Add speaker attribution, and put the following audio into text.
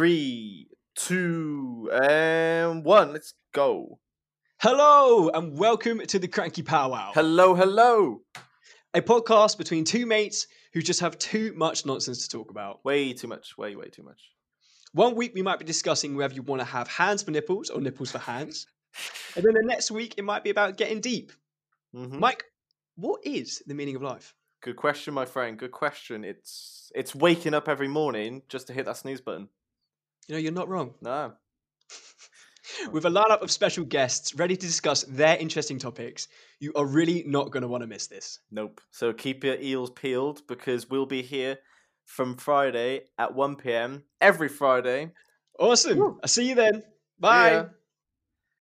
Speaker 1: three, two, and one. Let's go.
Speaker 2: Hello and welcome to the Cranky Powwow,
Speaker 1: Hello, hello.
Speaker 2: a podcast between two mates who just have too much nonsense to talk about.
Speaker 1: Way too much. Way, way too much.
Speaker 2: One week we might be discussing whether you want to have hands for nipples or nipples for hands, and then the next week it might be about getting deep.
Speaker 1: Mhm.
Speaker 2: Mike, what is the meaning of life?
Speaker 1: Good question, my friend. Good question. It's it's waking up every morning just to hit that snooze button.
Speaker 2: You know, you're not wrong.
Speaker 1: No.
Speaker 2: With a lineup of special guests ready to discuss their interesting topics, you are really not going to want to miss this.
Speaker 1: Nope. So keep your eels peeled because we'll be here from Friday at 1 p.m. every Friday.
Speaker 2: Awesome.
Speaker 1: Woo.
Speaker 2: I'll see you then. Bye.
Speaker 1: ya.